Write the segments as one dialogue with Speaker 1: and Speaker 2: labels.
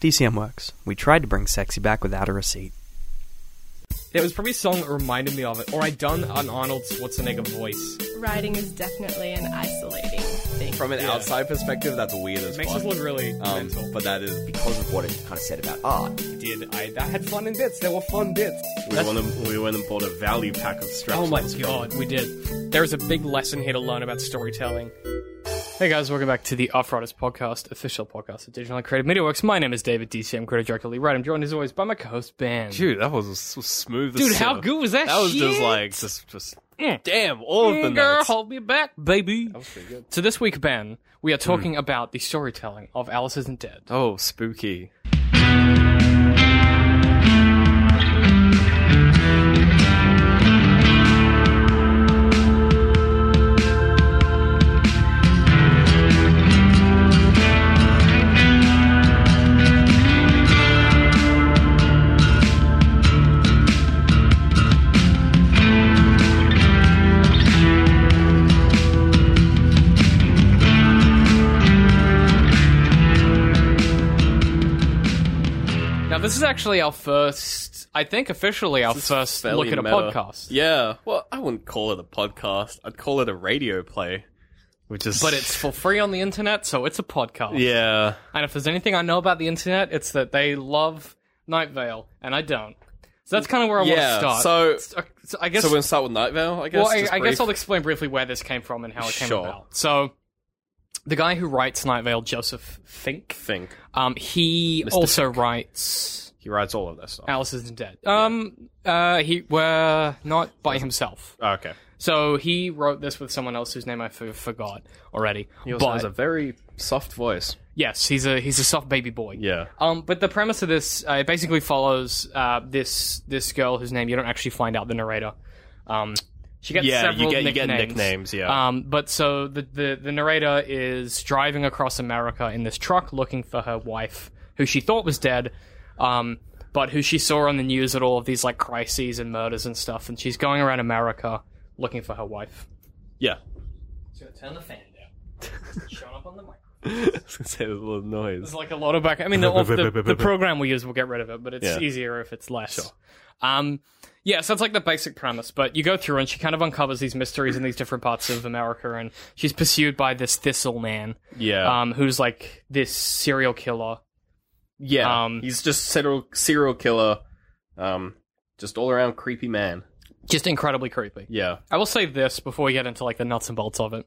Speaker 1: DCM works. We tried to bring sexy back without a receipt.
Speaker 2: There was probably a song that reminded me of it, or I'd done an Arnold Schwarzenegger voice.
Speaker 3: Riding is definitely an isolating thing.
Speaker 4: From an outside perspective, that's weird as
Speaker 2: It makes
Speaker 4: fuck.
Speaker 2: us look really
Speaker 4: um,
Speaker 2: mental.
Speaker 4: but that is
Speaker 5: because of what it kind of said about art.
Speaker 2: did I, I had fun in bits. There were fun bits.
Speaker 6: We went, and, we went and bought a value pack of straps.
Speaker 2: Oh my god, we did. There is a big lesson here to learn about storytelling. Hey guys, welcome back to the Off-Riders Podcast, official podcast of Digital and Creative Media Works. My name is David DCM, creative director Lee Wright. I'm joined as always by my co-host Ben.
Speaker 7: Dude, that was s- smooth. as
Speaker 2: Dude, how
Speaker 7: silk.
Speaker 2: good was that
Speaker 7: That was just
Speaker 2: shit?
Speaker 7: like just just damn all of the
Speaker 2: Mm, girl,
Speaker 7: notes.
Speaker 2: hold me back, baby. That was pretty good. So this week, Ben, we are talking about the storytelling of Alice Isn't Dead.
Speaker 7: Hmm. Oh, spooky.
Speaker 2: Now, this is actually our first, I think, officially our first
Speaker 7: Fairly
Speaker 2: look at a
Speaker 7: meta.
Speaker 2: podcast.
Speaker 7: Yeah. Well, I wouldn't call it a podcast. I'd call it a radio play, which is
Speaker 2: But it's for free on the internet, so it's a podcast.
Speaker 7: yeah.
Speaker 2: And if there's anything I know about the internet, it's that they love Night Vale, and I don't. So that's kind of where I
Speaker 7: Yeah,
Speaker 2: want to
Speaker 7: so-
Speaker 2: start. So, so I guess.
Speaker 7: so we're gonna start with Night Vale, I guess.
Speaker 2: well, I,
Speaker 7: just
Speaker 2: I
Speaker 7: brief.
Speaker 2: guess I'll explain briefly where this came from and how it came
Speaker 7: Sure.
Speaker 2: about. So, the guy who writes Night Vale, Joseph Fink,
Speaker 7: think
Speaker 2: um, he also writes
Speaker 6: He writes all of that stuff.
Speaker 2: Alice Isn't Dead. Um, uh, he were not by himself.
Speaker 7: Oh,
Speaker 6: Okay.
Speaker 2: So he wrote this with someone else whose name I f- forgot already.
Speaker 7: he also
Speaker 2: But-
Speaker 7: has a very soft voice.
Speaker 2: Yes, he's a he's a soft baby boy.
Speaker 7: Yeah.
Speaker 2: Um, but the premise of this uh, it basically follows uh, this this girl whose name you don't actually find out the narrator. Um, she gets
Speaker 7: Yeah, you
Speaker 2: several
Speaker 7: get- you get
Speaker 2: nicknames.
Speaker 7: nicknames, yeah.
Speaker 2: Um, but so the, the the narrator is driving across America in this truck looking for her wife, who she thought was dead, um, but who she saw on the news at all of these like crises and murders and stuff, and she's going around America looking for her wife.
Speaker 7: Yeah.
Speaker 2: So turn the fan down. Showing up on the mic.
Speaker 7: Say a little noise.
Speaker 2: There's like a lot of back. I mean, the, the, the program we use will get rid of it, but it's
Speaker 7: Yeah.
Speaker 2: easier if it's less. Um, yeah, so that's like the basic premise. But you go through, and she kind of uncovers these mysteries in these different parts of America, and she's pursued by this thistle man,
Speaker 7: Yeah.
Speaker 2: um, who's like this serial killer.
Speaker 7: yeah.
Speaker 2: um,
Speaker 7: he's just serial serial killer. Um, just all around creepy man.
Speaker 2: Just incredibly creepy.
Speaker 7: Yeah.
Speaker 2: I will say this before we get into like the nuts and bolts of it.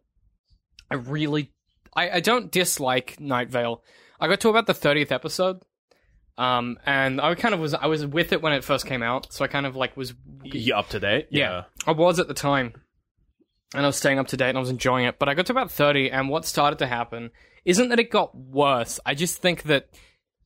Speaker 2: I really, I, I don't dislike Night Vale. I got to about the thirtieth episode, um, and I kind of was I was with it when it first came out, so I kind of like was
Speaker 7: You up to date?
Speaker 2: yeah, I was at the time. And I was staying up to date and I was enjoying it. But I got to about 30, and what started to happen isn't that it got worse. I just think that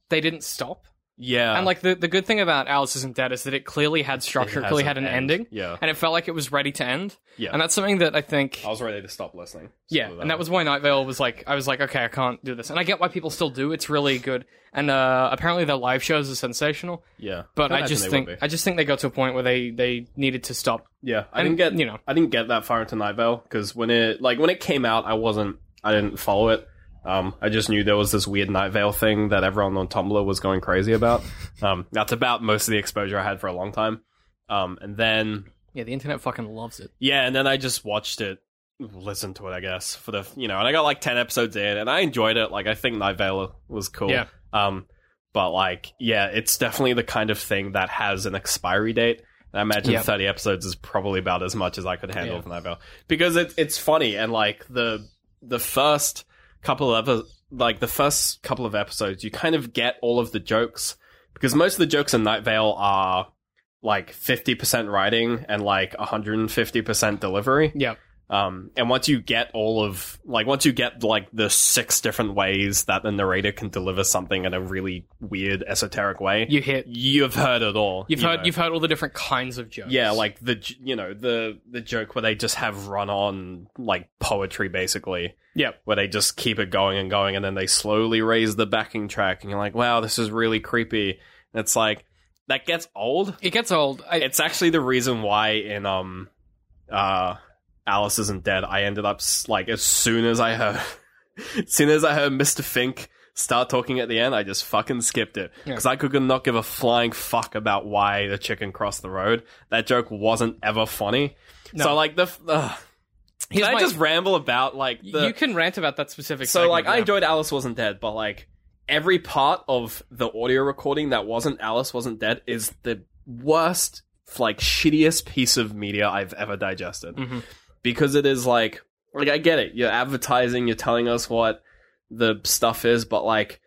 Speaker 2: they didn't stop.
Speaker 7: Yeah.
Speaker 2: And like the, the good thing about Alice Isn't Dead is that it clearly had structure,
Speaker 7: Uh. It
Speaker 2: it
Speaker 7: has
Speaker 2: clearly
Speaker 7: an
Speaker 2: had an
Speaker 7: end.
Speaker 2: ending.
Speaker 7: Yeah.
Speaker 2: And it felt like it was ready to end.
Speaker 7: Yeah.
Speaker 2: And that's something that I think.
Speaker 7: I was ready to stop listening.
Speaker 2: Yeah, and that was why Night Vale was like, I was like, okay, I can't do this, and I get why people still do. It's really good, and uh, apparently their live shows are sensational.
Speaker 7: Yeah,
Speaker 2: But I
Speaker 7: imagine
Speaker 2: just
Speaker 7: they
Speaker 2: think,
Speaker 7: would be.
Speaker 2: I just think they got to a point where they they needed to stop.
Speaker 7: yeah, I
Speaker 2: and,
Speaker 7: didn't get
Speaker 2: you know.
Speaker 7: I didn't get that far into Night Vale because when it like when it came out, I wasn't I didn't follow it. Um, I just knew there was this weird Night Vale thing that everyone on Tumblr was going crazy about. Um, that's about most of the exposure I had for a long time. Um, and then
Speaker 2: Yeah, the internet fucking loves it.
Speaker 7: yeah, and then I just watched it, listened to it, I guess for the you know, and I got like ten episodes in, and I enjoyed it. Like I think Night Vale was cool.
Speaker 2: Yeah.
Speaker 7: Um, but like, yeah, it's definitely the kind of thing that has an expiry date. And I imagine
Speaker 2: Yep.
Speaker 7: thirty episodes is probably about as much as I could handle
Speaker 2: Yeah.
Speaker 7: for Night Vale because it, it's funny and like the the first couple of epi- like the first couple of episodes, you kind of get all of the jokes because most of the jokes in Night Vale are like 50% writing and like 150% delivery.
Speaker 2: Yeah,
Speaker 7: Um, and once you get all of like once you get like the six different ways that the narrator can deliver something in a really weird esoteric way,
Speaker 2: you hit,
Speaker 7: have heard it all.
Speaker 2: you've
Speaker 7: you
Speaker 2: heard,
Speaker 7: know.
Speaker 2: you've heard all the different kinds of jokes.
Speaker 7: yeah, like the j- you know the the joke where they just have run on like poetry basically,
Speaker 2: yeah,
Speaker 7: where they just keep it going and going, and then they slowly raise the backing track, and you're like, wow, this is really creepy. And it's like that gets old
Speaker 2: it gets old. I,
Speaker 7: it's actually the reason why in um uh Alice isn't dead I ended up s- like as soon as I heard as soon as I heard Mr. Fink start talking at the end, I just fucking skipped it because I could not give a flying fuck about why the chicken crossed the road. That joke wasn't ever funny. So like the. F- ugh. Can I
Speaker 2: my-
Speaker 7: just ramble about like the
Speaker 2: you can rant about that specific.
Speaker 7: so
Speaker 2: segment,
Speaker 7: like I
Speaker 2: yeah.
Speaker 7: enjoyed Alice wasn't dead, but like every part of the audio recording that wasn't Alice wasn't dead is the worst, like shittiest piece of media I've ever digested
Speaker 2: Mhm.
Speaker 7: because it is like like I get it, you're advertising, you're telling us what the stuff is, but like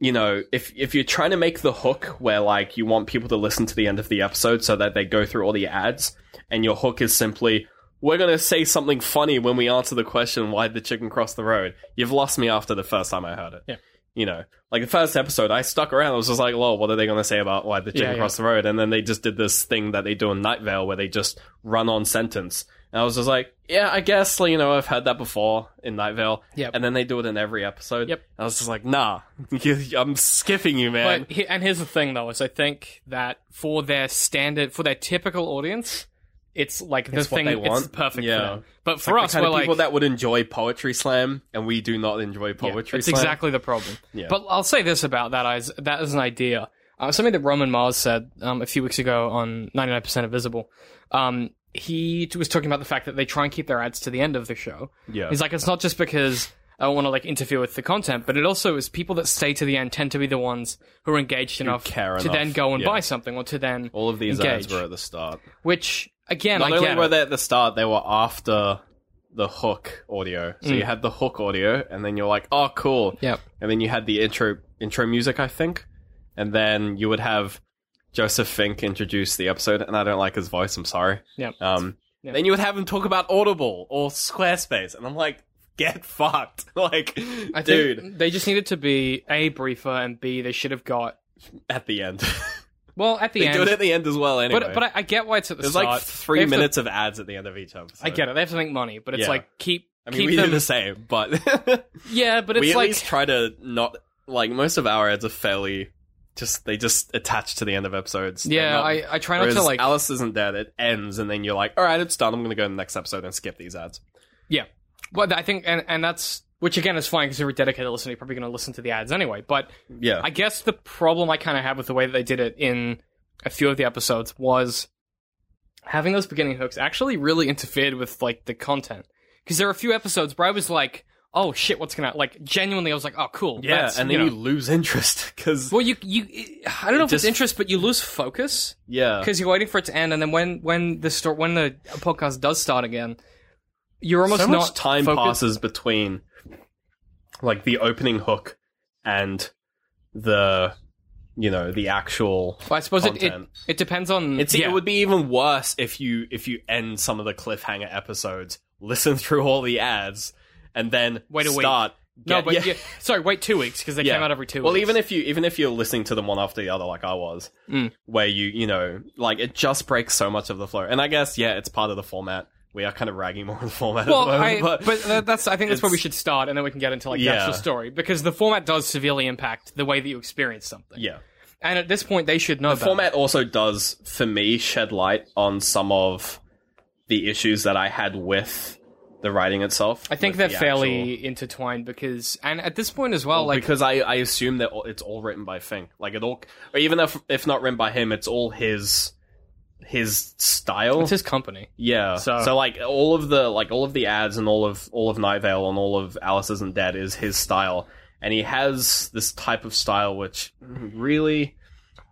Speaker 7: you know, if if you're trying to make the hook where like you want people to listen to the end of the episode so that they go through all the ads, and your hook is simply we're gonna say something funny when we answer the question why the chicken crossed the road. You've lost me after the first time I heard it.
Speaker 2: Yeah.
Speaker 7: You know, like the first episode, I stuck around. I was just like, "Lol, what are they going to say about why the chicken
Speaker 2: Yeah, yeah.
Speaker 7: crossed the road?" And then they just did this thing that they do in Night Vale, where they just run on sentence. And I was just like, "Yeah, I guess like, you know I've had that before in Night Vale."
Speaker 2: Yep.
Speaker 7: And then they do it in every episode.
Speaker 2: Yep.
Speaker 7: I was just like, "Nah, I'm skipping you, man."
Speaker 2: But he- and here's the thing, though, is I think that for their standard, for their typical audience, it's like the
Speaker 7: It's what
Speaker 2: thing.
Speaker 7: they
Speaker 2: It's
Speaker 7: want.
Speaker 2: perfect
Speaker 7: Yeah.
Speaker 2: for them. But for us,
Speaker 7: the kind
Speaker 2: we're
Speaker 7: of
Speaker 2: like
Speaker 7: people that would enjoy poetry slam, and we do not enjoy
Speaker 2: yeah,
Speaker 7: poetry.
Speaker 2: that's
Speaker 7: slam.
Speaker 2: exactly the problem.
Speaker 7: Yeah.
Speaker 2: But I'll say this about that is that is an idea. Uh, something that Roman Mars said um, a few weeks ago on 99% Invisible. Um, he t- was talking about the fact that they try and keep their ads to the end of the show.
Speaker 7: Yeah.
Speaker 2: He's like, it's not just because I don't want to like interfere with the content, but it also is people that stay to the end tend to be the ones who are engaged enough
Speaker 7: care
Speaker 2: to
Speaker 7: enough,
Speaker 2: then go and
Speaker 7: yeah.
Speaker 2: buy something or to then
Speaker 7: All of these
Speaker 2: engage.
Speaker 7: ads were at the start.
Speaker 2: Which again,
Speaker 7: Not
Speaker 2: I
Speaker 7: only
Speaker 2: get
Speaker 7: were
Speaker 2: it.
Speaker 7: they at the start, they were after the hook audio. So you had the hook audio, and then you're like, "Oh, cool."
Speaker 2: Mm. Yep.
Speaker 7: And then you had the intro intro music, I think, and then you would have Joseph Fink introduce the episode. And I don't like his voice. I'm sorry.
Speaker 2: Yep.
Speaker 7: Um. Then you would have him talk about Audible or Squarespace, and I'm like, "Get fucked!" like,
Speaker 2: I think
Speaker 7: dude,
Speaker 2: they just needed to be a briefer and b they should have got
Speaker 7: at the end.
Speaker 2: well at the
Speaker 7: They
Speaker 2: end.
Speaker 7: do it at the end as well, anyway.
Speaker 2: But but I, I get why it's at the
Speaker 7: there's
Speaker 2: start.
Speaker 7: like
Speaker 2: They
Speaker 7: three
Speaker 2: have to-
Speaker 7: minutes of ads at the end of each episode.
Speaker 2: I get it. They have to make money, but it's
Speaker 7: Yeah.
Speaker 2: like keep
Speaker 7: I mean,
Speaker 2: keep
Speaker 7: we
Speaker 2: them.
Speaker 7: do the same, but
Speaker 2: Yeah, but
Speaker 7: we
Speaker 2: it's
Speaker 7: at
Speaker 2: like
Speaker 7: least try to not like most of our ads are fairly just they just attach to the end of episodes. They're
Speaker 2: yeah.
Speaker 7: not-
Speaker 2: I, I try not to
Speaker 7: whereas
Speaker 2: like
Speaker 7: Alice isn't dead. It ends, and then you're like, all right, it's done. I'm gonna go to the next episode and skip these ads.
Speaker 2: yeah. But I think and and that's which again is fine because if you're a dedicated listener, you're probably going to listen to the ads anyway. But
Speaker 7: Yeah,
Speaker 2: I guess the problem I kind of have with the way that they did it in a few of the episodes was having those beginning hooks actually really interfered with like the content because there are a few episodes where I was like, oh shit, what's gonna like genuinely I was like, oh cool,
Speaker 7: yeah,
Speaker 2: that's,
Speaker 7: and then you,
Speaker 2: know.
Speaker 7: lose interest because
Speaker 2: well you you I don't know if it's
Speaker 7: just- Uh.
Speaker 2: interest, but you lose focus.
Speaker 7: yeah,
Speaker 2: because you're waiting for it to end, and then when when the store when the podcast does start again, you're almost
Speaker 7: so
Speaker 2: not
Speaker 7: much time
Speaker 2: focused.
Speaker 7: passes between like the opening hook and the you know the actual
Speaker 2: Well, I suppose it, it
Speaker 7: content.
Speaker 2: it depends on
Speaker 7: It's,
Speaker 2: yeah.
Speaker 7: It would be even worse if you if you end some of the cliffhanger episodes, listen through all the ads, and then
Speaker 2: Wait a week.
Speaker 7: start.
Speaker 2: no,
Speaker 7: get-
Speaker 2: but yeah. sorry, wait two weeks because they
Speaker 7: yeah.
Speaker 2: came out every two.
Speaker 7: Well,
Speaker 2: weeks.
Speaker 7: even if you even if you're listening to them one after the other, like I was,
Speaker 2: Mm.
Speaker 7: where you you know like it just breaks so much of the flow. And I guess yeah, it's part of the format. We are kind of ragging more on the format. at
Speaker 2: well,
Speaker 7: the moment,
Speaker 2: I, but, tha- that's I think that's where we
Speaker 7: it's-
Speaker 2: should start, and then we can get into like the
Speaker 7: Yeah.
Speaker 2: actual story because the format does severely impact the way that you experience something.
Speaker 7: yeah.
Speaker 2: and at this point they should know
Speaker 7: The
Speaker 2: about
Speaker 7: format also does, for me, shed light on some of the issues that I had with the writing itself.
Speaker 2: it. I think
Speaker 7: with
Speaker 2: they're
Speaker 7: the
Speaker 2: fairly
Speaker 7: actual-
Speaker 2: intertwined because, and at this point as well, like
Speaker 7: because I, I assume that all- it's all written by Fink. Like it all, or even if if not written by him, it's all his his style.
Speaker 2: it's his company.
Speaker 7: yeah.
Speaker 2: So-
Speaker 7: So. like all of the like all of the ads and all of all of Night Vale and all of Alice Isn't Dead is his style, and he has this type of style which really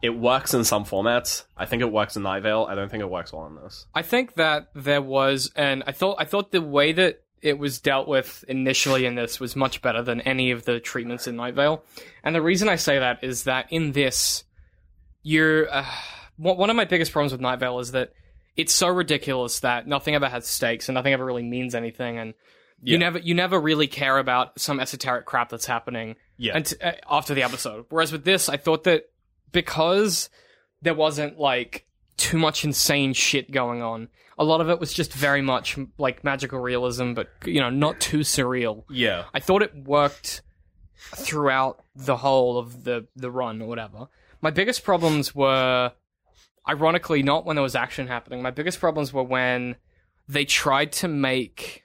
Speaker 7: it works in some formats. I think it works in Night Vale. I don't think it works well in this.
Speaker 2: I think that there was, and I thought I thought the way that it was dealt with initially in this was much better than any of the treatments in Night Vale. And the reason I say that is that in this, you're uh, one one of my biggest problems with Night Vale is that it's so ridiculous that nothing ever has stakes and nothing ever really means anything, and you
Speaker 7: Yeah.
Speaker 2: never you never really care about some esoteric crap that's happening
Speaker 7: Yeah.
Speaker 2: and uh, after the episode. Whereas with this, I thought that because there wasn't like too much insane shit going on, a lot of it was just very much m- like magical realism, but you know, not too surreal.
Speaker 7: Yeah.
Speaker 2: I thought it worked throughout the whole of the the run or whatever. My biggest problems were, ironically, not when there was action happening. My biggest problems were when they tried to make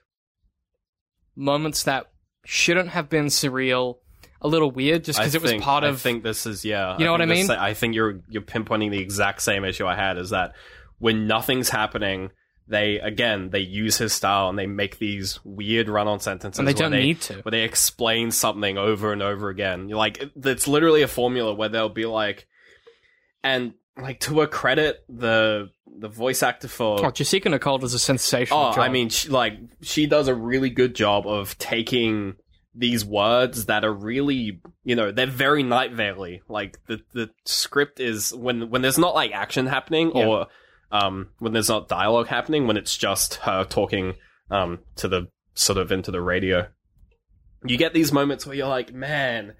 Speaker 2: moments that shouldn't have been surreal, a little weird, just because
Speaker 7: I
Speaker 2: it was
Speaker 7: think-
Speaker 2: part of
Speaker 7: I think this is yeah.
Speaker 2: You know what I
Speaker 7: think this-
Speaker 2: mean?
Speaker 7: I think you're you're pinpointing the exact same issue I had is that when nothing's happening, they again they use his style and they make these weird run-on sentences.
Speaker 2: And they
Speaker 7: where
Speaker 2: don't need to.
Speaker 7: Where they explain something over and over again. You're Like it- it's literally a formula where they'll be like, and like to her credit, the the voice actor for
Speaker 2: oh, Jessica Nicole does a sensational
Speaker 7: Oh,
Speaker 2: job.
Speaker 7: I mean, she, like she does a really good job of taking these words that are really, you know, they're very Night Vale-y. Like the the script is when when there's not like action happening or um when there's not dialogue happening, when it's just her talking um to the sort of into the radio. You get these moments where you're like, man,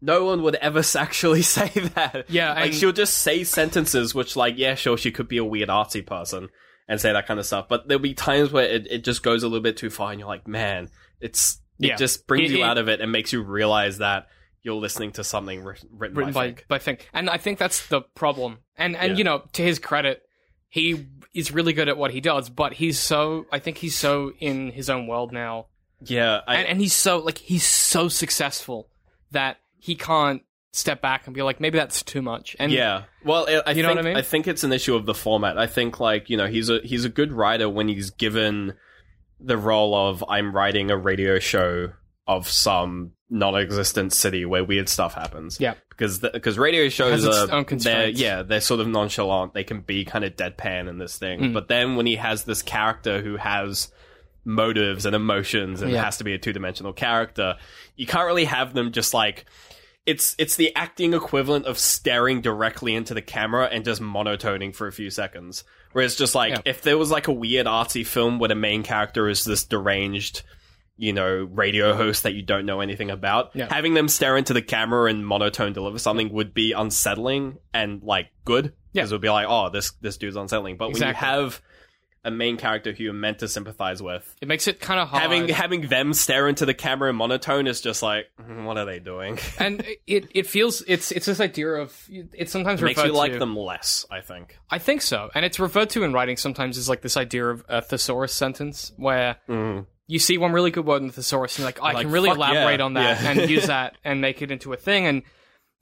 Speaker 7: no one would ever actually say that.
Speaker 2: Yeah,
Speaker 7: like
Speaker 2: and-
Speaker 7: she'll just say sentences which, like, yeah, sure, she could be a weird artsy person and say that kind of stuff. But there'll be times where it, it just goes a little bit too far, and you're like, man, it's it
Speaker 2: Yeah.
Speaker 7: just brings
Speaker 2: It-
Speaker 7: you
Speaker 2: it-
Speaker 7: out of it and makes you realize that you're listening to something writ- written,
Speaker 2: written
Speaker 7: by,
Speaker 2: by,
Speaker 7: Fink.
Speaker 2: by Fink. And I think that's the problem. And and
Speaker 7: Yeah.
Speaker 2: you know, to his credit, he is really good at what he does, but he's so I think he's so in his own world now.
Speaker 7: Yeah, I,
Speaker 2: and, and he's so like he's so successful that he can't step back and be like, maybe that's too much. And
Speaker 7: yeah. Well, I, I
Speaker 2: You
Speaker 7: think,
Speaker 2: know what I mean?
Speaker 7: think it's an issue of the format. I think like you know he's a he's a good writer when he's given the role of I'm writing a radio show of some non-existent city where weird stuff happens.
Speaker 2: Yeah.
Speaker 7: because because radio shows
Speaker 2: its
Speaker 7: are
Speaker 2: own
Speaker 7: they're,
Speaker 2: constraints.
Speaker 7: yeah they're sort of nonchalant. They can be kind of deadpan in this thing.
Speaker 2: Mm.
Speaker 7: But then when he has this character who has motives and emotions and
Speaker 2: Yeah.
Speaker 7: has to be a two-dimensional character, you can't really have them just like it's it's the acting equivalent of staring directly into the camera and just monotoning for a few seconds. Where it's just like
Speaker 2: Yeah.
Speaker 7: if there was like a weird artsy film where the main character is this deranged, you know, radio host that you don't know anything about,
Speaker 2: Yeah.
Speaker 7: having them stare into the camera and monotone deliver something would be unsettling and like good.
Speaker 2: Yeah.
Speaker 7: Because it would be like, oh, this this dude's unsettling. But
Speaker 2: Exactly.
Speaker 7: when you have a main character who you're meant to sympathize with,
Speaker 2: it makes it kind of hard.
Speaker 7: having having them stare into the camera in monotone is just like, "Mm, what are they doing?
Speaker 2: and it, it feels it's it's this idea of it's sometimes
Speaker 7: It makes
Speaker 2: referred
Speaker 7: you like
Speaker 2: to-
Speaker 7: them less, I think.
Speaker 2: I think so, and it's referred to in writing sometimes as like this idea of a thesaurus sentence where you see one really good word in the thesaurus and you're like, "Oh, I
Speaker 7: Mm-hmm. Like,
Speaker 2: can really
Speaker 7: fuck yeah,
Speaker 2: elaborate on that
Speaker 7: yeah.
Speaker 2: and use that and make it into a thing. And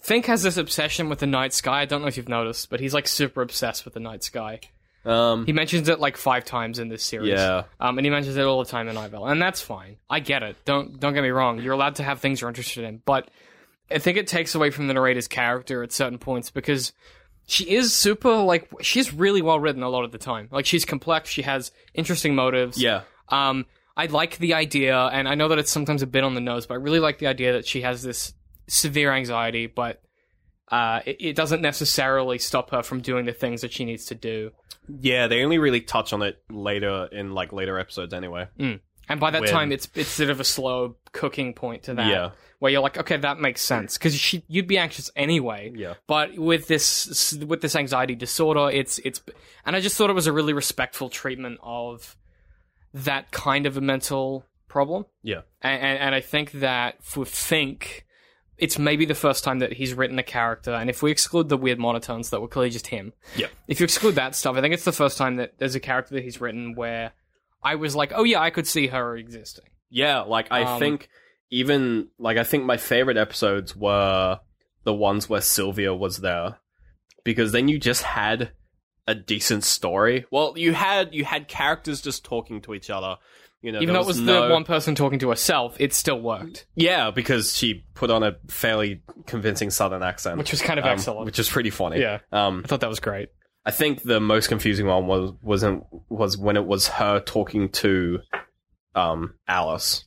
Speaker 2: Fink has this obsession with the night sky. I don't know if you've noticed, but he's like super obsessed with the night sky.
Speaker 7: Um,
Speaker 2: He mentions it like five times in this series.
Speaker 7: Yeah.
Speaker 2: Um, and he mentions it all the time in Ivel, and that's fine. I get it. Don't don't get me wrong. You're allowed to have things you're interested in, but I think it takes away from the narrator's character at certain points because she is super like she's really well written a lot of the time. Like she's complex. She has interesting motives.
Speaker 7: yeah.
Speaker 2: Um, I like the idea, and I know that it's sometimes a bit on the nose, but I really like the idea that she has this severe anxiety, but uh, it, it doesn't necessarily stop her from doing the things that she needs to do.
Speaker 7: Yeah, they only really touch on it later in like later episodes anyway.
Speaker 2: Mm. And by that
Speaker 7: When-
Speaker 2: time, it's it's sort of a slow cooking point to that,
Speaker 7: Yeah.
Speaker 2: where you're like, okay, that makes sense because she you'd be anxious anyway.
Speaker 7: Yeah.
Speaker 2: But with this with this anxiety disorder, it's it's and I just thought it was a really respectful treatment of that kind of a mental problem.
Speaker 7: Yeah.
Speaker 2: And, and, and I think that for Fink, it's maybe the first time that he's written a character. And if we exclude the weird monotones that were clearly just him,
Speaker 7: Yeah.
Speaker 2: if you exclude that stuff, I think it's the first time that there's a character that he's written where I was like, oh yeah, I could see her existing.
Speaker 7: Yeah, like I
Speaker 2: Um,
Speaker 7: think even like I think my favorite episodes were the ones where Sylvia was there because then you just had a decent story. Well, you had you had characters just talking to each other. You know,
Speaker 2: Even
Speaker 7: there
Speaker 2: though it was
Speaker 7: no-
Speaker 2: the one person talking to herself, it still worked,
Speaker 7: Yeah, because she put on a fairly convincing southern accent,
Speaker 2: which was kind of
Speaker 7: um,
Speaker 2: excellent.
Speaker 7: which is pretty funny.
Speaker 2: Yeah.
Speaker 7: Um,
Speaker 2: I thought that was great.
Speaker 7: I think the most confusing one was wasn't was when it was her talking to um Alice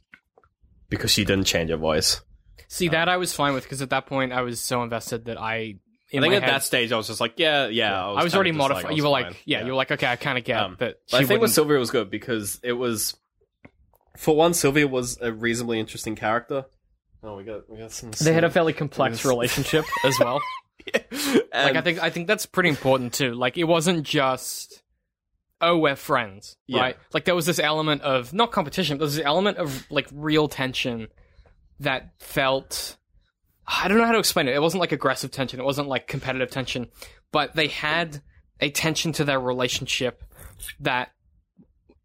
Speaker 7: because she didn't change her voice.
Speaker 2: See, that I was fine with because at that point I was so invested that I. In
Speaker 7: I think
Speaker 2: my
Speaker 7: at
Speaker 2: head,
Speaker 7: that stage I was just like, yeah, yeah.
Speaker 2: I was, already modified. you were like, yeah, you were
Speaker 7: were
Speaker 2: like, okay, I kind of get
Speaker 7: Um,
Speaker 2: that.
Speaker 7: But I
Speaker 2: she
Speaker 7: think with
Speaker 2: wouldn't-
Speaker 7: Sylvia was good because it was for one, Sylvia was a reasonably interesting character. Oh, we got we got some.
Speaker 2: they had a fairly complex
Speaker 7: Yes.
Speaker 2: relationship as well. like I
Speaker 7: um,
Speaker 2: think I think that's pretty important too. Like it wasn't just oh we're friends,
Speaker 7: Yeah.
Speaker 2: right? Like there was this element of not competition, but there was this element of like real tension that felt I don't know how to explain it. It wasn't like aggressive tension, it wasn't like competitive tension, but they had a tension to their relationship that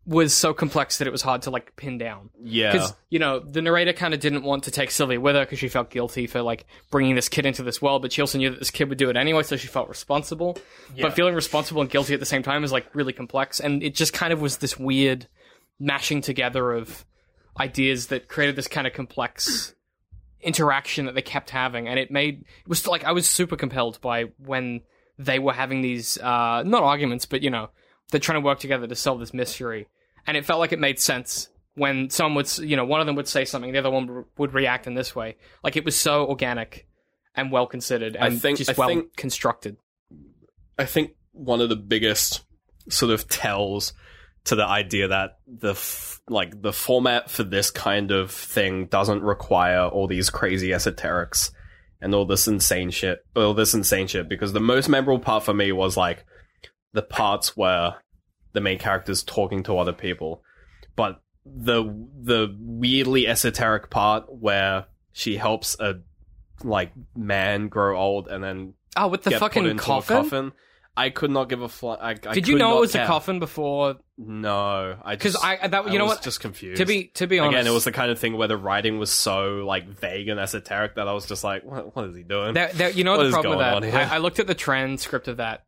Speaker 2: was so complex that it was hard to like pin down.
Speaker 7: Yeah.
Speaker 2: because you know the narrator kind of didn't want to take Sylvia with her because she felt guilty for like bringing this kid into this world, but she also knew that this kid would do it anyway, so she felt responsible. But feeling responsible and guilty at the same time is like really complex, and it just kind of was this weird mashing together of ideas that created this kind of complex interaction that they kept having, and it made it was like I was super compelled by when they were having these uh, not arguments, but you know they're trying to work together to solve this mystery, and it felt like it made sense when someone would s- you know one of them would say something, the other one w- would react in this way. Like it was so organic and well considered and
Speaker 7: think-
Speaker 2: just
Speaker 7: I
Speaker 2: well
Speaker 7: think-
Speaker 2: constructed.
Speaker 7: I think one of the biggest sort of tells to the idea that the f- like the format for this kind of thing doesn't require all these crazy esoterics and all this insane shit, all this insane shit. Because the most memorable part for me was like the parts where the main character's talking to other people, but the the weirdly esoteric part where she helps a like man grow old and then
Speaker 2: Oh, with the
Speaker 7: get put
Speaker 2: fucking
Speaker 7: into a
Speaker 2: coffin?
Speaker 7: I could not give a fly. I, I
Speaker 2: Did you
Speaker 7: could
Speaker 2: know
Speaker 7: not
Speaker 2: it was
Speaker 7: care.
Speaker 2: a coffin before?
Speaker 7: No, I
Speaker 2: Because
Speaker 7: just-
Speaker 2: I that you know
Speaker 7: was
Speaker 2: what
Speaker 7: Just confused.
Speaker 2: to be to be honest
Speaker 7: again, it was the kind of thing where the writing was so like vague and esoteric that I was just like, what, what is he doing?
Speaker 2: That, that, you know
Speaker 7: What
Speaker 2: the
Speaker 7: is
Speaker 2: problem with
Speaker 7: going
Speaker 2: that.
Speaker 7: on here?
Speaker 2: I, I looked at the transcript of that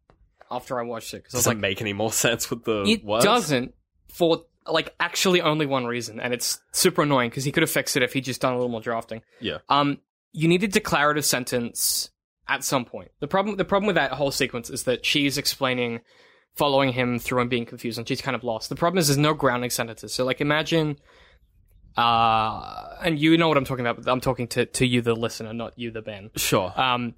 Speaker 2: after I watched it because I was
Speaker 7: doesn't
Speaker 2: like,
Speaker 7: make any more sense with the
Speaker 2: it
Speaker 7: words.
Speaker 2: doesn't for like actually only one reason, and it's super annoying because he could have fixed it if he'd just done a little more drafting.
Speaker 7: Yeah.
Speaker 2: Um, you need a declarative sentence at some point. The problem, the problem with that whole sequence is that she's explaining, following him through and being confused, and she's kind of lost. The problem is there's no grounding sentences. So like imagine. Uh, and you know what I'm talking about, but I'm talking to, to you, the listener, not you, the band.
Speaker 7: Sure.
Speaker 2: Um,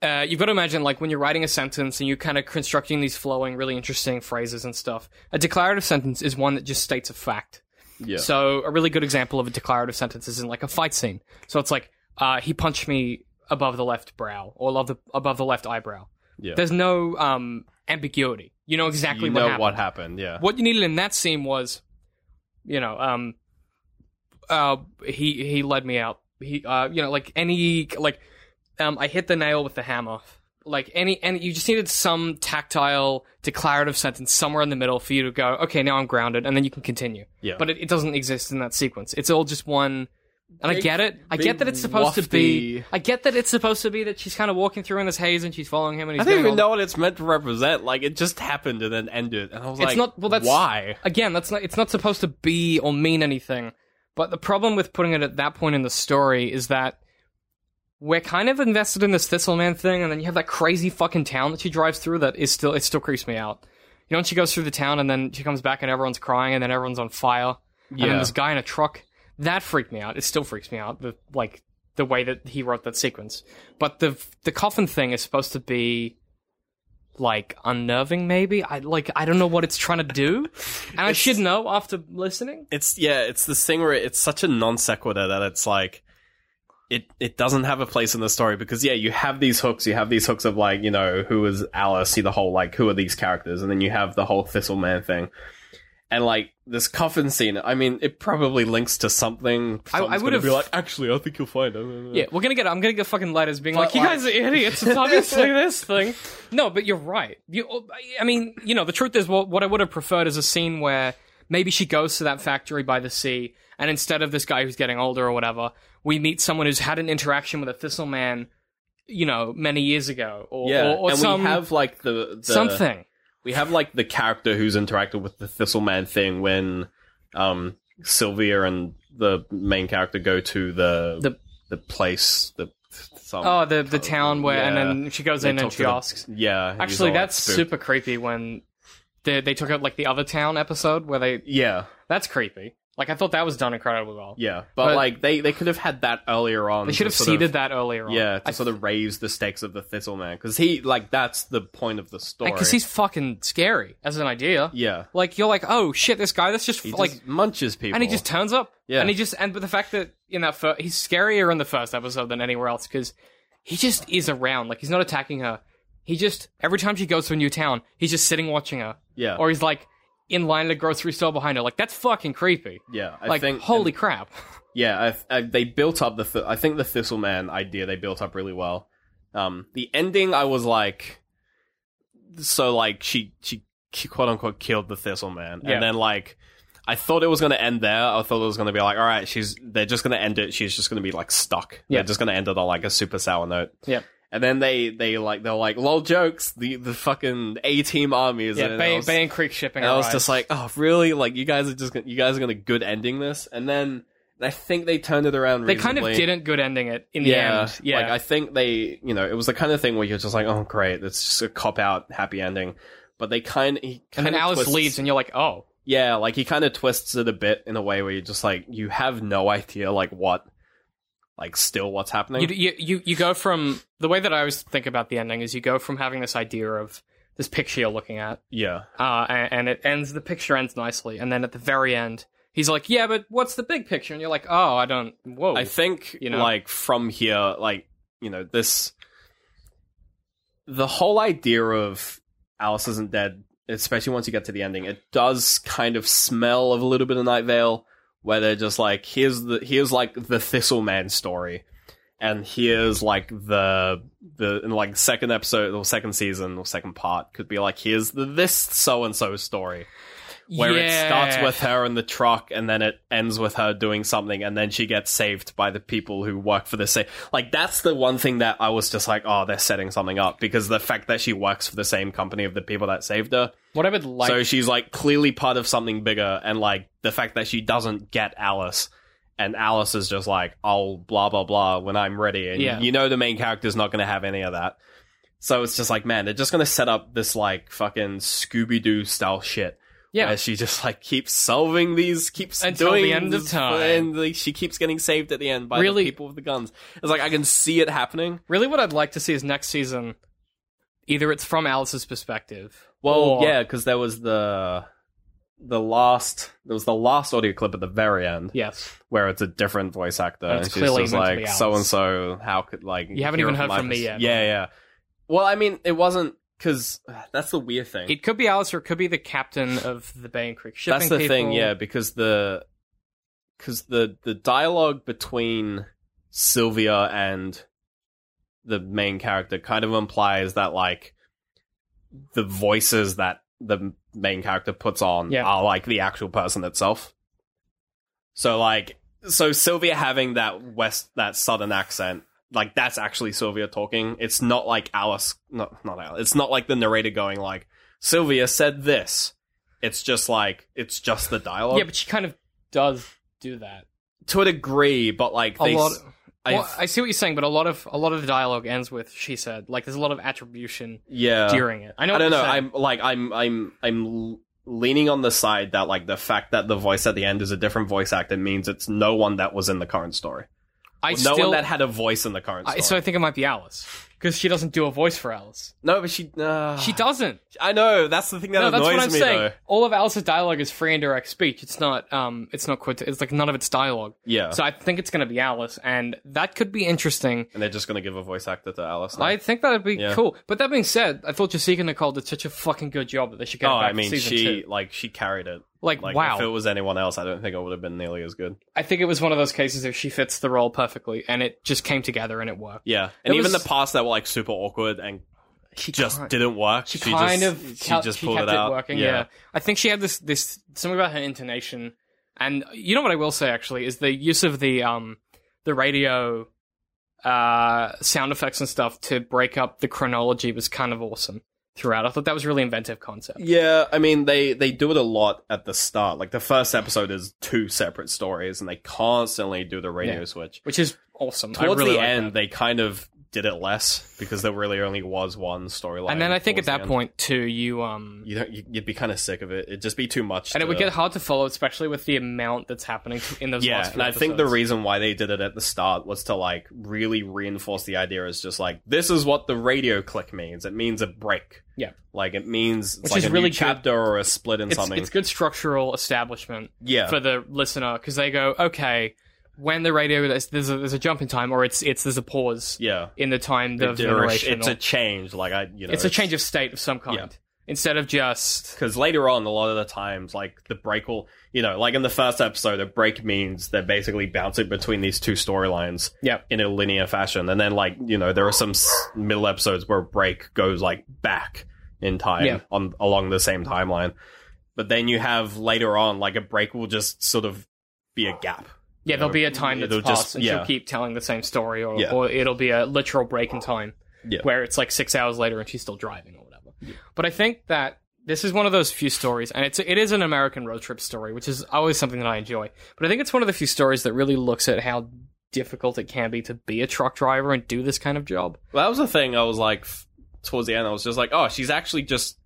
Speaker 2: uh, you've got to imagine, like, when you're writing a sentence and you're kind of constructing these flowing, really interesting phrases and stuff, a declarative sentence is one that just states a fact.
Speaker 7: yeah.
Speaker 2: So, a really good example of a declarative sentence is in, like, a fight scene. So, it's like, uh, he punched me above the left brow or above the, above the left eyebrow.
Speaker 7: Yeah.
Speaker 2: There's no um, ambiguity. You know exactly
Speaker 7: you
Speaker 2: what
Speaker 7: know
Speaker 2: happened
Speaker 7: what happened. Yeah.
Speaker 2: what you needed in that scene was, you know, um, uh, he he led me out. He, uh, you know, like any like, um, I hit the nail with the hammer. Like any, and you just needed some tactile, declarative sentence somewhere in the middle for you to go, okay, now I'm grounded, and then you can continue.
Speaker 7: Yeah.
Speaker 2: But it, it doesn't exist in that sequence. It's all just one. And I
Speaker 7: Big-
Speaker 2: get it. I
Speaker 7: big
Speaker 2: get that it's supposed to be. I get that it's supposed to be that she's kind of walking through in this haze and she's following him and he's
Speaker 7: I don't
Speaker 2: doing all
Speaker 7: even know what it's meant to represent. Like it just happened and then ended, and I was like,
Speaker 2: it's not well that's
Speaker 7: why?
Speaker 2: again that's not it's not supposed to be or mean anything but the problem with putting it at that point in the story is that we're kind of invested in this thistleman thing and then you have that crazy fucking town that she drives through that is still it still creeps me out you know when she goes through the town and then she comes back and everyone's crying and then everyone's on fire and then
Speaker 7: Yeah.
Speaker 2: this guy in a truck that freaked me out it still freaks me out the like the way that he wrote that sequence but the the coffin thing is supposed to be like unnerving maybe i like i don't know what it's trying to do and i should know after listening
Speaker 7: it's yeah, it's this thing where it's such a non sequitur that it's like it it doesn't have a place in the story because yeah, you have these hooks, you have these hooks of like you know who is Alice, see the whole like who are these characters, and then you have the whole Thistle Man thing, and like this coffin scene. I mean, it probably links to something.
Speaker 2: I- I
Speaker 7: Someone's
Speaker 2: would've-
Speaker 7: gonna be like, actually, I think you'll find it.
Speaker 2: yeah we're gonna get i'm gonna get fucking letters being like, you
Speaker 7: like-
Speaker 2: guys are idiots it's obviously this thing no but you're right you i mean you know the truth is what, what i would have preferred is a scene where maybe she goes to that factory by the sea and instead of this guy who's getting older or whatever we meet someone who's had an interaction with a thistle man you know many years ago or,
Speaker 7: yeah.
Speaker 2: or, or
Speaker 7: and
Speaker 2: some
Speaker 7: we have like the, the
Speaker 2: something
Speaker 7: we have like the character who's interacted with the Thistle Man thing when um Sylvia and the main character go to the
Speaker 2: The-
Speaker 7: the, place the some
Speaker 2: Oh, the the town where, and
Speaker 7: Yeah.
Speaker 2: then she goes
Speaker 7: They
Speaker 2: in and
Speaker 7: talk to
Speaker 2: she
Speaker 7: the-
Speaker 2: asks.
Speaker 7: yeah he's
Speaker 2: Actually,
Speaker 7: all, like,
Speaker 2: that's
Speaker 7: spooked.
Speaker 2: super creepy. When they they took out like the other town episode where they
Speaker 7: yeah
Speaker 2: that's creepy. Like I thought that was done incredibly well.
Speaker 7: yeah but,
Speaker 2: But-
Speaker 7: like they they could have had that earlier on
Speaker 2: they should
Speaker 7: to
Speaker 2: have
Speaker 7: sort
Speaker 2: seeded
Speaker 7: of,
Speaker 2: that earlier on.
Speaker 7: yeah to sort of raise the stakes of the Thistle Man because he like that's the point of the story
Speaker 2: because he's fucking scary as an idea.
Speaker 7: yeah
Speaker 2: Like you're like, oh shit, this guy. That's just
Speaker 7: he
Speaker 2: like,
Speaker 7: just munches people
Speaker 2: and he just turns up.
Speaker 7: Yeah.
Speaker 2: and he just and but the fact that in that fir- he's scarier in the first episode than anywhere else because he just is around. Like he's not attacking her. He just every time she goes to a new town, he's just sitting watching her.
Speaker 7: yeah
Speaker 2: or he's like in line at a grocery store behind her. Like that's fucking creepy.
Speaker 7: yeah I
Speaker 2: like
Speaker 7: think
Speaker 2: holy crap.
Speaker 7: Yeah, I, I, they built up the. Th- I think the Thistle Man idea they built up really well. Um, the ending, I was like, so like she she quote unquote killed the Thistle Man,
Speaker 2: Yeah.
Speaker 7: and then like I thought it was going to end there. I thought it was going to be like, all right, she's they're just going to end it. She's just going to be like stuck.
Speaker 2: Yeah.
Speaker 7: They're just going to end it on like a super sour note.
Speaker 2: Yep.
Speaker 7: And then they they like they're like lol jokes. The the fucking A team army is in.
Speaker 2: Yeah,
Speaker 7: And I
Speaker 2: Bay,
Speaker 7: was-
Speaker 2: Bay and Creek shipping.
Speaker 7: and I was
Speaker 2: arrives.
Speaker 7: just like, oh really? Like you guys are just gonna, you guys are going to good ending this, and then. I think they turned it around.
Speaker 2: they kind of
Speaker 7: reasonably.
Speaker 2: didn't good ending it in the end. Yeah,
Speaker 7: Like I think they, you know, it was the kind of thing where you're just like, oh great, it's just a cop out happy ending. But they kind of,
Speaker 2: and then Alice leaves, and you're like, oh,
Speaker 7: yeah, like he kind of twists it a bit in a way where you're just like, you have no idea, like what, like still what's
Speaker 2: you,
Speaker 7: happening.
Speaker 2: you you you go from the way that I always think about the ending is you go from having this idea of this picture you're looking at,
Speaker 7: yeah,
Speaker 2: uh, and, and it ends. The picture ends nicely, and then at the very end, he's like, yeah, but what's the big picture? And you're like, oh, I don't. Whoa,
Speaker 7: I think
Speaker 2: You know?
Speaker 7: like from here, like you know, this, the whole idea of Alice isn't dead, especially once you get to the ending, it does kind of smell of a little bit of Night Vale, where they're just like, here's the here's like the Thistle Man story, and here's like the the in like second episode or second season or second part could be like here's the this so and so story where it starts
Speaker 2: Yeah.
Speaker 7: with her in the truck and then it ends with her doing something and then she gets saved by the people who work for the same like that's the one thing that i was just like oh they're setting something up because the fact that she works for the same company of the people that saved her
Speaker 2: What I would like,
Speaker 7: so she's like clearly part of something bigger and like the fact that she doesn't get alice and alice is just like oh blah blah blah when i'm ready and
Speaker 2: Yeah.
Speaker 7: you know the main character's not going to have any of that so it's just like man they're just going to set up this like fucking scooby-doo style shit
Speaker 2: yeah,
Speaker 7: where she just like keeps solving these, keeps
Speaker 2: Until
Speaker 7: doing
Speaker 2: the end of
Speaker 7: this-
Speaker 2: time.
Speaker 7: and like, she keeps getting saved at the end by
Speaker 2: Really-
Speaker 7: the people with the guns. It's like I can see it happening.
Speaker 2: really, what I'd like to see is next season. Either it's from Alice's perspective.
Speaker 7: Well,
Speaker 2: or-
Speaker 7: yeah, because there was the the last there was the last audio clip at the very end
Speaker 2: Yes.
Speaker 7: where it's a different voice actor
Speaker 2: And it's
Speaker 7: and she's
Speaker 2: clearly
Speaker 7: just
Speaker 2: meant to be
Speaker 7: like
Speaker 2: Alice.
Speaker 7: so and so how could like
Speaker 2: You haven't
Speaker 7: here
Speaker 2: even
Speaker 7: if
Speaker 2: heard
Speaker 7: life
Speaker 2: from me
Speaker 7: is-"
Speaker 2: yet.
Speaker 7: yeah yeah well i mean it wasn't because that's the weird thing
Speaker 2: It could be Alice or it could be the captain of the Bay and Creek shipping.
Speaker 7: that's the
Speaker 2: people.
Speaker 7: thing yeah because the because the the dialogue between sylvia and the main character kind of implies that like the voices that the main character puts on
Speaker 2: Yeah.
Speaker 7: are like the actual person itself so like so sylvia having that west that southern accent like that's actually sylvia talking it's not like alice no not alice it's not like the narrator going like sylvia said this it's just like it's just the dialogue
Speaker 2: Yeah, but she kind of does do that.
Speaker 7: to a degree but like
Speaker 2: A
Speaker 7: they
Speaker 2: lot.
Speaker 7: s- I-
Speaker 2: Well, I see what you're saying, but a lot of a lot of the dialogue ends with "she said." Like, there's a lot of attribution
Speaker 7: yeah
Speaker 2: during it. I know.
Speaker 7: Uh,
Speaker 2: what
Speaker 7: I don't know.
Speaker 2: you're saying.
Speaker 7: I'm like I'm I'm I'm l- leaning on the side that like the fact that the voice at the end is a different voice actor means it's no one that was in the current story.
Speaker 2: I
Speaker 7: no
Speaker 2: still.
Speaker 7: one that had a voice in the current story.
Speaker 2: I, so I think it might be Alice because she doesn't do a voice for Alice.
Speaker 7: no, but she uh,
Speaker 2: She doesn't.
Speaker 7: I know that's the thing that
Speaker 2: no, that's
Speaker 7: annoys
Speaker 2: what I'm
Speaker 7: me
Speaker 2: saying.
Speaker 7: though.
Speaker 2: All of Alice's dialogue is free and direct speech. It's not. Um. It's not. Quit- it's like none of it's dialogue.
Speaker 7: Yeah,
Speaker 2: So I think it's going to be Alice, and that could be interesting.
Speaker 7: and they're just gonna give a voice actor to Alice. now.
Speaker 2: I think that'd be
Speaker 7: Yeah.
Speaker 2: cool. But that being said, I thought Jessica Nicole did such a fucking good job that they should get
Speaker 7: no,
Speaker 2: it back
Speaker 7: Oh, I mean
Speaker 2: to season
Speaker 7: she
Speaker 2: two.
Speaker 7: like she carried it.
Speaker 2: Like,
Speaker 7: Like
Speaker 2: wow.
Speaker 7: if it was anyone else, I don't think it would have been nearly as good.
Speaker 2: I think it was one of those cases if she fits the role perfectly, and it just came together and it worked.
Speaker 7: Yeah, and
Speaker 2: It
Speaker 7: even
Speaker 2: was-
Speaker 7: the parts that were like super awkward and
Speaker 2: She
Speaker 7: just
Speaker 2: kind-
Speaker 7: didn't work.
Speaker 2: She, kind
Speaker 7: just,
Speaker 2: of
Speaker 7: she
Speaker 2: kept-
Speaker 7: just
Speaker 2: she
Speaker 7: pulled
Speaker 2: kept
Speaker 7: it out.
Speaker 2: working. Yeah. I think she had this this something about her intonation, and you know what I will say actually is the use of the um the radio uh sound effects and stuff to break up the chronology was kind of awesome throughout. I thought that was a really inventive concept.
Speaker 7: Yeah, I mean they they do it a lot at the start. Like the first episode is two separate stories, and they constantly do the radio
Speaker 2: Yeah.
Speaker 7: switch.
Speaker 2: Which is awesome. I
Speaker 7: Towards
Speaker 2: really
Speaker 7: the
Speaker 2: like
Speaker 7: end,
Speaker 2: that.
Speaker 7: they kind of did it less because there really only was one storyline.
Speaker 2: and then I think at
Speaker 7: towards the
Speaker 2: that
Speaker 7: end.
Speaker 2: point too, you um
Speaker 7: you don't, you- you'd be kind of sick of it. It'd just be too much,
Speaker 2: and it
Speaker 7: to-
Speaker 2: would get hard to follow, especially with the amount that's happening in those.
Speaker 7: Yeah,
Speaker 2: last few
Speaker 7: and I think the
Speaker 2: episodes.
Speaker 7: reason why they did it at the start was to like really reinforce the idea is just like this is what the radio click means. It means a break.
Speaker 2: Yeah.
Speaker 7: like it means it's
Speaker 2: Which
Speaker 7: like
Speaker 2: is
Speaker 7: a new
Speaker 2: really good.
Speaker 7: chapter or a split in
Speaker 2: it's,
Speaker 7: something.
Speaker 2: it's good structural establishment
Speaker 7: yeah,
Speaker 2: for the listener because they go, okay, when the radio there's, there's a there's a jump in time, or it's it's there's a pause
Speaker 7: yeah.
Speaker 2: in the time
Speaker 7: They
Speaker 2: of
Speaker 7: do
Speaker 2: the
Speaker 7: a-
Speaker 2: narration.
Speaker 7: it's
Speaker 2: or-
Speaker 7: a change. Like I, you know,
Speaker 2: it's a change of state of some kind
Speaker 7: Yeah.
Speaker 2: instead of just
Speaker 7: because later on, a lot of the times, like the break will, you know, like in the first episode, a break means they're basically bouncing between these two storylines
Speaker 2: Yep.
Speaker 7: in a linear fashion, and then like you know, there are some s- middle episodes where a break goes like back in time
Speaker 2: Yeah.
Speaker 7: on along the same timeline. But then you have later on, like a break will just sort of be a gap.
Speaker 2: Yeah, there'll be a time that's
Speaker 7: It'll
Speaker 2: passed,
Speaker 7: just-
Speaker 2: and
Speaker 7: yeah.
Speaker 2: she'll keep telling the same story, or,
Speaker 7: Yeah.
Speaker 2: or it'll be a literal break in time
Speaker 7: Yeah.
Speaker 2: where it's like six hours later and she's still driving or whatever. But I think that this is one of those few stories, and it's it is an American road trip story, which is always something that I enjoy. But I think it's one of the few stories that really looks at how difficult it can be to be a truck driver and do this kind of job.
Speaker 7: Well, that was the thing. I was like, f- towards the end, I was just like, oh, she's actually just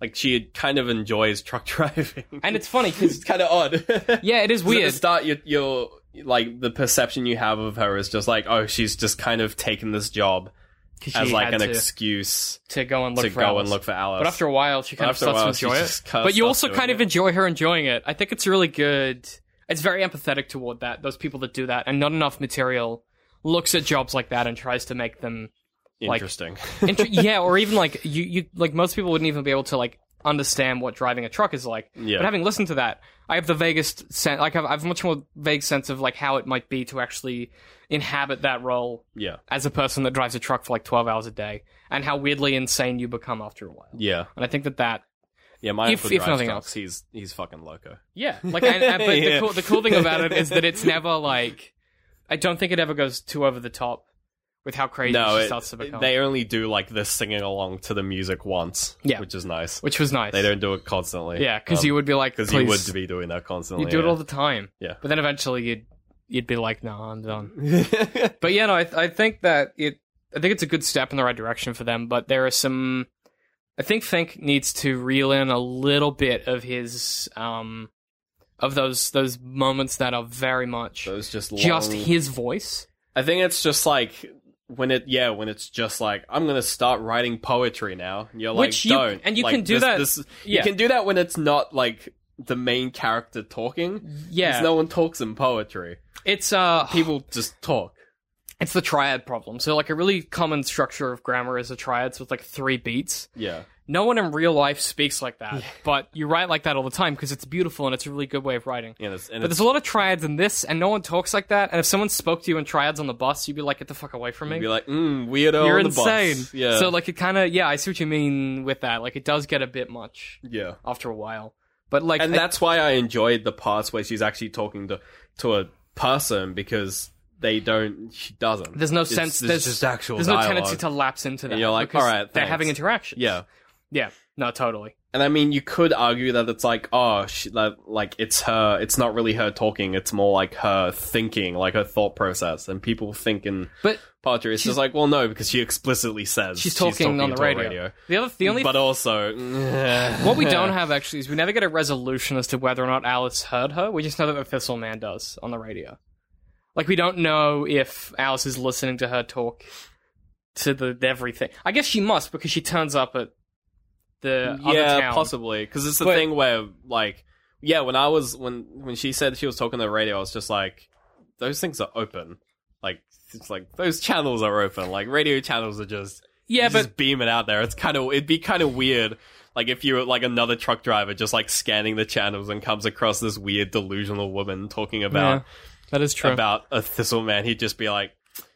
Speaker 7: like she kind of enjoys truck driving.
Speaker 2: And it's funny because
Speaker 7: it's kind of odd.
Speaker 2: yeah, it is
Speaker 7: Because At
Speaker 2: weird.
Speaker 7: the start, you're, you're like the perception you have of her is just like, oh, she's just kind of taken this job
Speaker 2: 'cause
Speaker 7: as
Speaker 2: she
Speaker 7: like
Speaker 2: had
Speaker 7: an
Speaker 2: to,
Speaker 7: excuse
Speaker 2: to go and look
Speaker 7: to
Speaker 2: for
Speaker 7: go
Speaker 2: hours.
Speaker 7: and look for Alice.
Speaker 2: But after a while, she kind
Speaker 7: After a
Speaker 2: of starts
Speaker 7: while, she
Speaker 2: to enjoy
Speaker 7: just
Speaker 2: it.
Speaker 7: kinda
Speaker 2: But you
Speaker 7: starts
Speaker 2: also
Speaker 7: doing
Speaker 2: kind of
Speaker 7: it.
Speaker 2: enjoy her enjoying it. I think it's really good. It's very empathetic toward that those people that do that, and not enough material looks at jobs like that and tries to make them like-
Speaker 7: interesting.
Speaker 2: Inter- yeah, or even like you, you like most people wouldn't even be able to like understand what driving a truck is like.
Speaker 7: Yeah.
Speaker 2: But having listened to that, I have the vaguest sense. Like I've, I've much more vague sense of like how it might be to actually inhabit that role
Speaker 7: yeah,
Speaker 2: as a person that drives a truck for like twelve hours a day, and how weirdly insane you become after a while.
Speaker 7: yeah,
Speaker 2: And I think that that
Speaker 7: yeah. My
Speaker 2: If-
Speaker 7: uncle
Speaker 2: if
Speaker 7: drives
Speaker 2: nothing
Speaker 7: trucks.
Speaker 2: else.
Speaker 7: he's he's fucking loco.
Speaker 2: Yeah, like, and, and- but the,
Speaker 7: Yeah.
Speaker 2: cool, the cool thing about it is that it's never like, I don't think it ever goes too over the top with how crazy
Speaker 7: No,
Speaker 2: she
Speaker 7: it-
Speaker 2: starts to become,
Speaker 7: they only do like the singing along to the music once,
Speaker 2: Yeah.
Speaker 7: which is nice.
Speaker 2: which was nice.
Speaker 7: They don't do it constantly.
Speaker 2: yeah, because you would be like,
Speaker 7: because
Speaker 2: because
Speaker 7: you would be doing that constantly.
Speaker 2: you do it all the time.
Speaker 7: Yeah.
Speaker 2: but then eventually you'd you'd be like, nah, I'm done.
Speaker 7: yeah.
Speaker 2: But yeah, no, I, I think that it. I think it's a good step in the right direction for them. But there are some. I think Fink needs to reel in a little bit of his um, of those those moments that are very much
Speaker 7: So it's just
Speaker 2: just
Speaker 7: long-
Speaker 2: his voice.
Speaker 7: I think it's just like when it yeah when it's just like I'm gonna start writing poetry now. And You're like
Speaker 2: Which you-
Speaker 7: don't
Speaker 2: and you
Speaker 7: Like,
Speaker 2: can do
Speaker 7: this-
Speaker 2: that-
Speaker 7: This,
Speaker 2: yeah.
Speaker 7: You can do that when it's not like the main character talking.
Speaker 2: Yeah,
Speaker 7: because no one talks in poetry.
Speaker 2: it's uh,
Speaker 7: People just talk.
Speaker 2: it's the triad problem. So like a really common structure of grammar is a triad, so it's like three beats.
Speaker 7: Yeah,
Speaker 2: No one in real life speaks like that, but you write like that all the time because it's beautiful and it's a really good way of writing.
Speaker 7: and it's, and
Speaker 2: But
Speaker 7: it's
Speaker 2: there's a lot of triads in this, and no one talks like that. And if someone spoke to you in triads on the bus, you'd be like, "Get the fuck away from me!
Speaker 7: you'd be like mm, weirdo.
Speaker 2: You're
Speaker 7: on the
Speaker 2: insane."
Speaker 7: Bus. Yeah.
Speaker 2: So like it kind of yeah, I see what you mean with that. Like it does get a bit much
Speaker 7: yeah.
Speaker 2: after a while, but like
Speaker 7: And
Speaker 2: I-
Speaker 7: that's why I enjoyed the parts where she's actually talking to to a person because they don't. She doesn't.
Speaker 2: there's no
Speaker 7: It's-
Speaker 2: sense.
Speaker 7: There's,
Speaker 2: There's
Speaker 7: just actual.
Speaker 2: There's no
Speaker 7: dialogue.
Speaker 2: tendency to lapse into that.
Speaker 7: And you're like,
Speaker 2: because
Speaker 7: "All right,
Speaker 2: they're
Speaker 7: thanks."
Speaker 2: having interactions.
Speaker 7: Yeah.
Speaker 2: yeah, no, totally.
Speaker 7: And I mean, you could argue that it's like, oh, she, like, like it's her. It's not really her talking. It's more like her thinking, like her thought process. And people think in
Speaker 2: But
Speaker 7: poetry. It's just like, well, no, because she explicitly says
Speaker 2: she's talking, on the
Speaker 7: to a
Speaker 2: radio. The other, the only
Speaker 7: but uh, also,
Speaker 2: what we don't have actually is we never get a resolution as to whether or not Alice heard her. We just know that the Thistle Man does on the radio. Like we don't know if Alice is listening to her talk to the everything. I guess she must because she turns up at the other
Speaker 7: yeah,
Speaker 2: town.
Speaker 7: possibly because it's the
Speaker 2: But-
Speaker 7: thing where like, yeah, when I was when when she said she was talking on the radio, I was just like, those things are open. Like it's like those channels are open. Like radio channels are just
Speaker 2: Yeah,
Speaker 7: You
Speaker 2: but
Speaker 7: just beam it out there. It's kind of it'd be kind of weird, like if you were like another truck driver just like scanning the channels and comes across this weird delusional woman talking about
Speaker 2: that is true.
Speaker 7: about a thistle man. He'd just be like,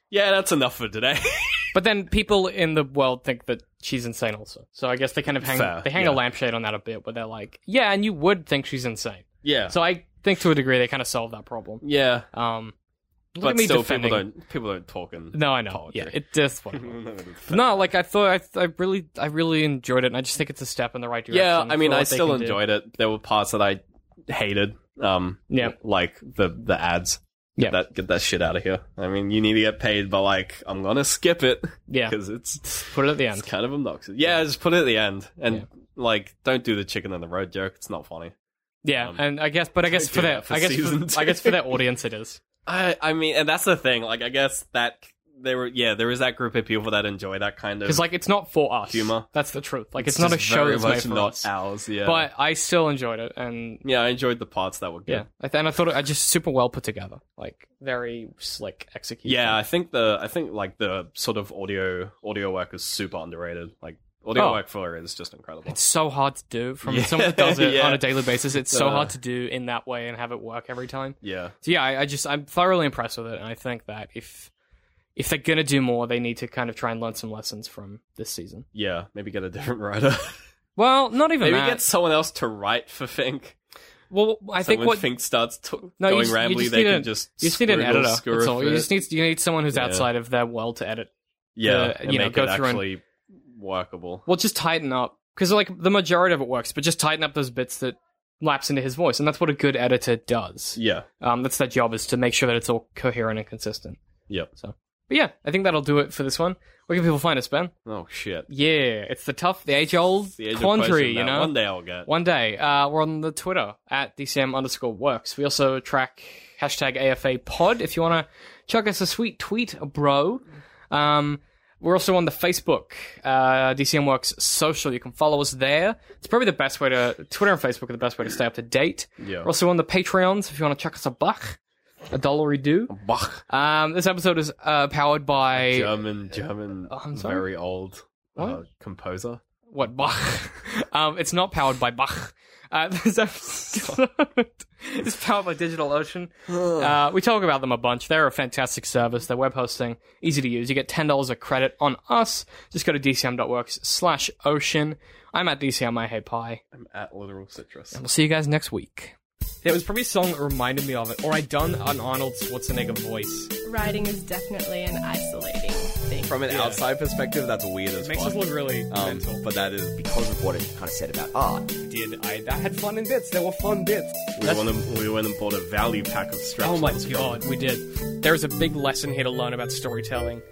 Speaker 7: "Yeah, that's enough for today."
Speaker 2: But then people in the world think that she's insane also. So I guess they kind of hang
Speaker 7: Fair,
Speaker 2: they hang
Speaker 7: yeah.
Speaker 2: a lampshade on that a bit where they're like, yeah, and you would think she's insane.
Speaker 7: yeah,
Speaker 2: So I think to a degree they kind of solved that problem.
Speaker 7: yeah,
Speaker 2: Um, look at
Speaker 7: but
Speaker 2: me
Speaker 7: still,
Speaker 2: defending.
Speaker 7: people don't people don't talk in
Speaker 2: No, I know.
Speaker 7: Poetry.
Speaker 2: Yeah, it just whatever. no, like I thought, I, I really, I really enjoyed it, and I just think it's a step in the right direction.
Speaker 7: yeah. I mean,
Speaker 2: for
Speaker 7: I
Speaker 2: what they
Speaker 7: still
Speaker 2: can do.
Speaker 7: enjoyed it. There were parts that I hated. Um,
Speaker 2: Yeah.
Speaker 7: like the the ads.
Speaker 2: Yeah.
Speaker 7: Get that get that shit out of here. I mean, you need to get paid, but like, I'm gonna skip it
Speaker 2: Yeah,
Speaker 7: because it's
Speaker 2: put it at the end.
Speaker 7: It's kind of obnoxious. Yeah, just put it at the end and
Speaker 2: Yeah.
Speaker 7: like don't do the chicken on the road joke. It's not funny.
Speaker 2: Yeah,
Speaker 7: um,
Speaker 2: and I guess, but I guess for
Speaker 7: don't do
Speaker 2: their,
Speaker 7: that for
Speaker 2: I guess,
Speaker 7: season
Speaker 2: for,
Speaker 7: two.
Speaker 2: I guess for their audience, it is.
Speaker 7: I I mean, and that's the thing. Like, I guess that there were yeah, there is that group of people that enjoy that kind of
Speaker 2: Because like, it's not for us.
Speaker 7: Humor.
Speaker 2: That's the truth. Like, it's, not a
Speaker 7: just
Speaker 2: show
Speaker 7: very
Speaker 2: that's
Speaker 7: much
Speaker 2: made for
Speaker 7: not
Speaker 2: us.
Speaker 7: ours. Yeah,
Speaker 2: But I still enjoyed it, and
Speaker 7: yeah, I enjoyed the parts that were good.
Speaker 2: yeah, I th- and I thought it I just super well put together, like very slick execution.
Speaker 7: Yeah, I think the I think like the sort of audio audio work is super underrated. Like audio
Speaker 2: Oh.
Speaker 7: work for it is just incredible.
Speaker 2: It's so hard to do from
Speaker 7: Yeah,
Speaker 2: someone that does it
Speaker 7: yeah.
Speaker 2: on a daily basis. It's so
Speaker 7: Uh,
Speaker 2: hard to do in that way and have it work every time.
Speaker 7: yeah,
Speaker 2: So yeah, I, I just I'm thoroughly impressed with it, and I think that if if they're gonna do more, they need to kind of try and learn some lessons from this season.
Speaker 7: Yeah, maybe get a different writer.
Speaker 2: Well, not even
Speaker 7: maybe
Speaker 2: that.
Speaker 7: get someone else to write for Fink.
Speaker 2: well, I
Speaker 7: I
Speaker 2: think
Speaker 7: think when
Speaker 2: what
Speaker 7: Fink starts t-
Speaker 2: No, you
Speaker 7: going
Speaker 2: just- you
Speaker 7: rambly,
Speaker 2: just
Speaker 7: they
Speaker 2: need
Speaker 7: can
Speaker 2: an-
Speaker 7: just
Speaker 2: you just need an
Speaker 7: scribble,
Speaker 2: editor.
Speaker 7: skewer
Speaker 2: That's all. You
Speaker 7: for
Speaker 2: just
Speaker 7: it.
Speaker 2: need you need someone who's
Speaker 7: Yeah.
Speaker 2: outside of their world to edit.
Speaker 7: yeah,
Speaker 2: the-
Speaker 7: and
Speaker 2: you know,
Speaker 7: make
Speaker 2: go
Speaker 7: it
Speaker 2: through and-
Speaker 7: actually workable.
Speaker 2: Well, just tighten up because like the majority of it works, but just tighten up those bits that lapse into his voice, and that's what a good editor does.
Speaker 7: Yeah,
Speaker 2: Um, that's their job is to make sure that it's all coherent and consistent.
Speaker 7: Yep.
Speaker 2: So, but yeah, I think that'll do it for this one. Where can people find us, Ben?
Speaker 7: Oh shit!
Speaker 2: Yeah, it's the tough, the age old
Speaker 7: The age of
Speaker 2: quandary,
Speaker 7: question
Speaker 2: you
Speaker 7: that
Speaker 2: know.
Speaker 7: One day I'll get.
Speaker 2: One day, uh, we're on the Twitter at DCM underscore works. We also track hashtag AFA pod if you want to chuck us a sweet tweet, bro. Um, we're also on the Facebook, uh, DCM Works Social. You can follow us there. It's probably the best way to, Twitter and Facebook are the best way to stay up to date.
Speaker 7: Yeah.
Speaker 2: We're also on the Patreons if you want to chuck us a buck, a dollar we do.
Speaker 7: Bach.
Speaker 2: Um, this episode is uh, powered by,
Speaker 7: German, German,
Speaker 2: Oh, I'm sorry?
Speaker 7: very old uh,
Speaker 2: What?
Speaker 7: composer.
Speaker 2: what Bach? um, it's not powered by Bach. Uh, this episode is powered by DigitalOcean. Uh, we talk about them a bunch. They're a fantastic service. They're web hosting, easy to use. You get ten dollars a credit on us. Just go to dcm.works slash ocean. I'm at DCM. I hate pie.
Speaker 7: I'm at literal citrus.
Speaker 2: We'll see you guys next week. There was probably a song that reminded me of it, or I done an Arnold Schwarzenegger voice.
Speaker 3: Writing is definitely an isolating thing.
Speaker 4: From an outside perspective, that's weird as fuck.
Speaker 2: really
Speaker 4: um, but that is
Speaker 5: because of what it kind of said about art.
Speaker 6: Did I?
Speaker 2: I had fun in bits. There were fun bits.
Speaker 6: We went, and, we went and bought a value pack of straps.
Speaker 2: Oh my god, we did. There is a big lesson here to learn about storytelling.